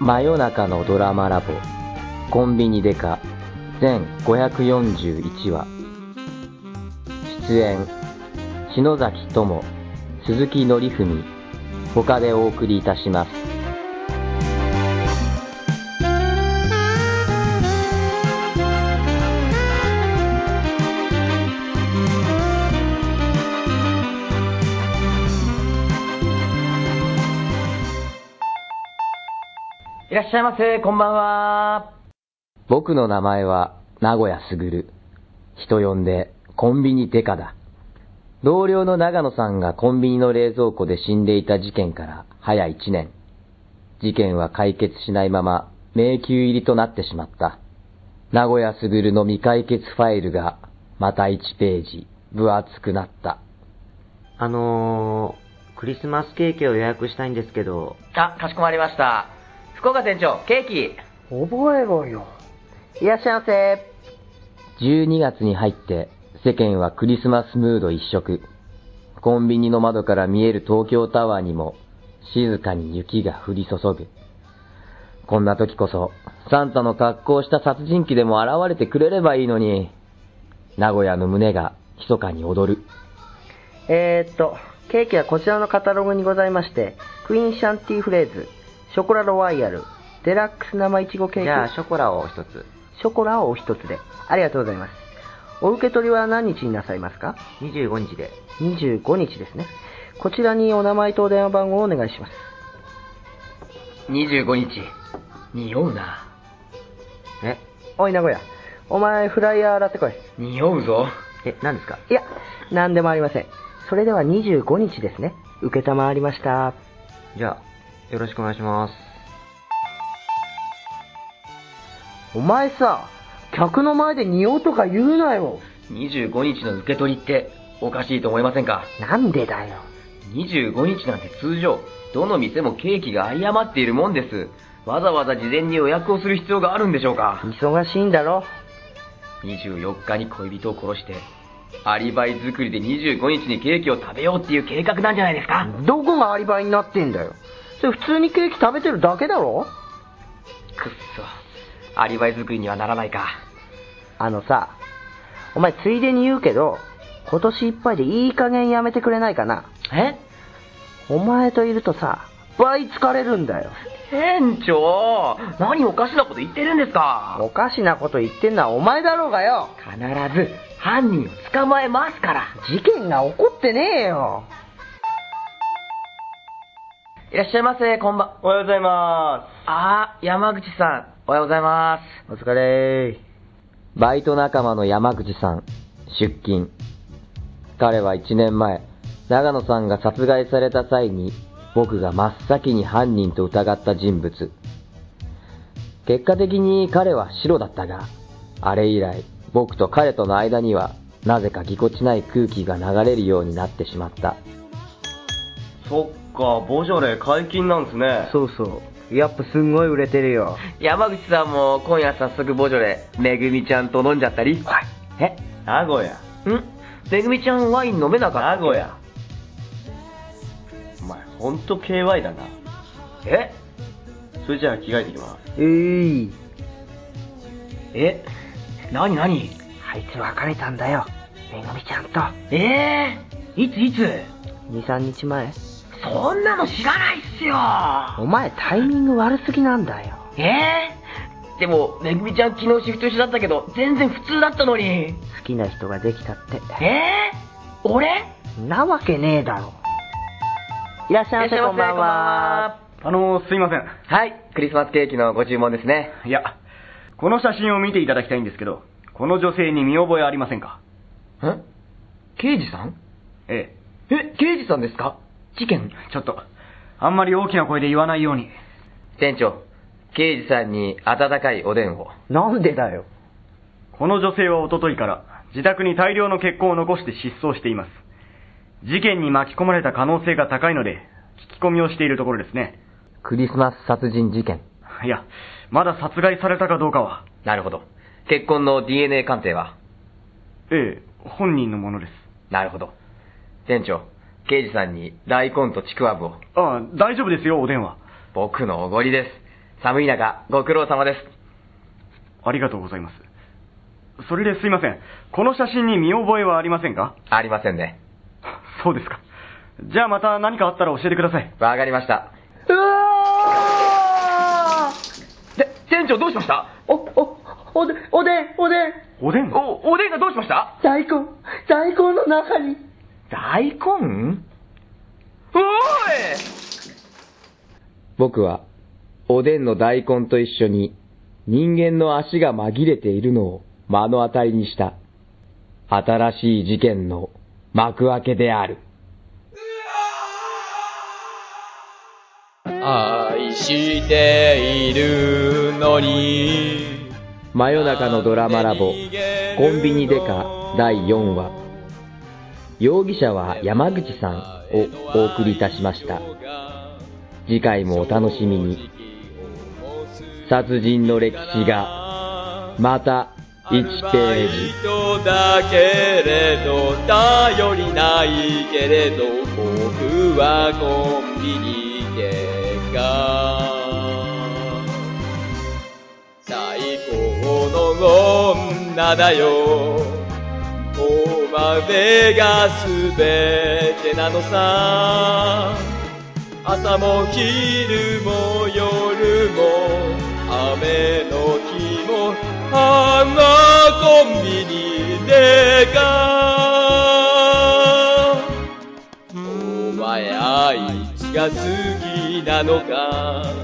真夜中のドラマラボコンビニデカ全541話出演篠崎智鈴木則文他でお送りいたしますいらっしゃいませ、こんばんは。僕の名前は名古屋すぐる人呼んでコンビニデカだ同僚の長野さんがコンビニの冷蔵庫で死んでいた事件から早1年。事件は解決しないまま迷宮入りとなってしまった。名古屋すぐるの未解決ファイルがまた1ページ分厚くなった。あのー、クリスマスケーキを予約したいんですけど、あ、かしこまりました。福岡店長、ケーキ。覚えろよ。いらっしゃいませ。 12月に入って世間はクリスマスムード一色。コンビニの窓から見える東京タワーにも静かに雪が降り注ぐ。こんな時こそサンタの格好した殺人鬼でも現れてくれればいいのに、名古屋の胸が密かに踊る。えー、っと、ケーキはこちらのカタログにございまして、クイーンシャンティーフレーズ、ショコラロワイヤル、デラックス生いちごケーキ、じゃあショコラを一つ。ショコラをお一つで。ありがとうございます。お受け取りは何日になさいますか25日で。 ?25 日ですね。こちらにお名前とお電話番号をお願いします。 25日、匂うな。えおい、名古屋。お前、フライヤー洗ってこい。匂うぞ。え、何ですかいや、何でもありません。それでは25日ですね。受けたまわりました。じゃあ、よろしくお願いします。お前さ、客の前で匂うとか言うなよ。 25日の受け取りっておかしいと思いませんかなんでだよ。 25日なんて通常、どの店もケーキが有り余っているもんです。わざわざ事前に予約をする必要があるんでしょうか忙しいんだろ。 ?24 日に恋人を殺して、アリバイ作りで25日にケーキを食べようっていう計画なんじゃないですかどこがアリバイになってんだよ。それ普通にケーキ食べてるだけだろくっそ。アリバイ作りにはならないか。あのさ、お前ついでに言うけど、今年いっぱいでいい加減やめてくれないかな。えお前といるとさ、倍疲れるんだよ。店長何おかしなこと言ってるんですかおかしなこと言ってんのはお前だろうがよ。必ず犯人を捕まえますから事件が起こってねえよ。いらっしゃいませ、こんばん。おはようございます。あー、山口さん、おはようございまお疲れバイト仲間の山口さん、出勤。彼は1年前、長野さんが殺害された際に、僕が真っ先に犯人と疑った人物。結果的に彼は白だったが、あれ以来、僕と彼との間には、なぜかぎこちない空気が流れるようになってしまった。す。そっか、ボジョレ解禁なんですねそうそう。やっぱすんごい売れてるよ。山口さんも今夜早速ボジョレ、めぐみちゃんと飲んじゃったり。はい。え名古屋。んめぐみちゃんワイン飲めなかった名古屋。お前、ほんと KY だな。えそれじゃあ着替えてきます。えい、えなになにあいつ別れたんだよ。めぐみちゃんと。えー、いついつ2、3日前そんなの知らないっすよお前タイミング悪すぎなんだよ。えー、でもめぐみちゃん昨日シフト一緒だったけど全然普通だったのにえ好きな人ができたって。ー、俺なわけねえだろ。いらっしゃいませ、こんばんは。あのー、すいません。はいクリスマスケーキのご注文ですねいや、この写真を見ていただきたいんですけど、この女性に見覚えありませんかん刑事さんええ刑事さんですか事件え。ちょっと、あんまり大きな声で言わないように。店長刑事さんに温かいおでんをなんでだよ。この女性はおとといから、自宅に大量の血痕を残して失踪しています。事件に巻き込まれた可能性が高いので、聞き込みをしているところですね。クリスマス殺人事件。いや、まだ殺害されたかどうかは。なるほど結婚の DNA 鑑定はええ、本人のものです。なるほど店長刑事さんに大根とちくわぶをああ、大丈夫ですよ、お電話。僕のおごりです。寒い中、ご苦労様です。ありがとうございます。それですいません。この写真に見覚えはありませんかありませんね。 そうですか。じゃあまた何かあったら教えてください。わかりました。うわて、店長どうしましたお、お、おで、おでん、おでん、おでんお、おでんがどうしました大根、大根の中に。大根おーい僕は、おでんの大根と一緒に、人間の足が紛れているのを目の当たりにした。新しい事件の幕開けである。愛しているのに真夜中のドラマラボ、コンビニデカ第4話。容疑者は山口さんをお送りいたしました。次回もお楽しみに。殺人の歴史が、がまた1ページ。人だけれど頼りないけれど僕はコンビニ外科最高の女だよお前が全てなのさ朝も昼も夜も雨の日もあのコンビニでかお前愛知が好きなのか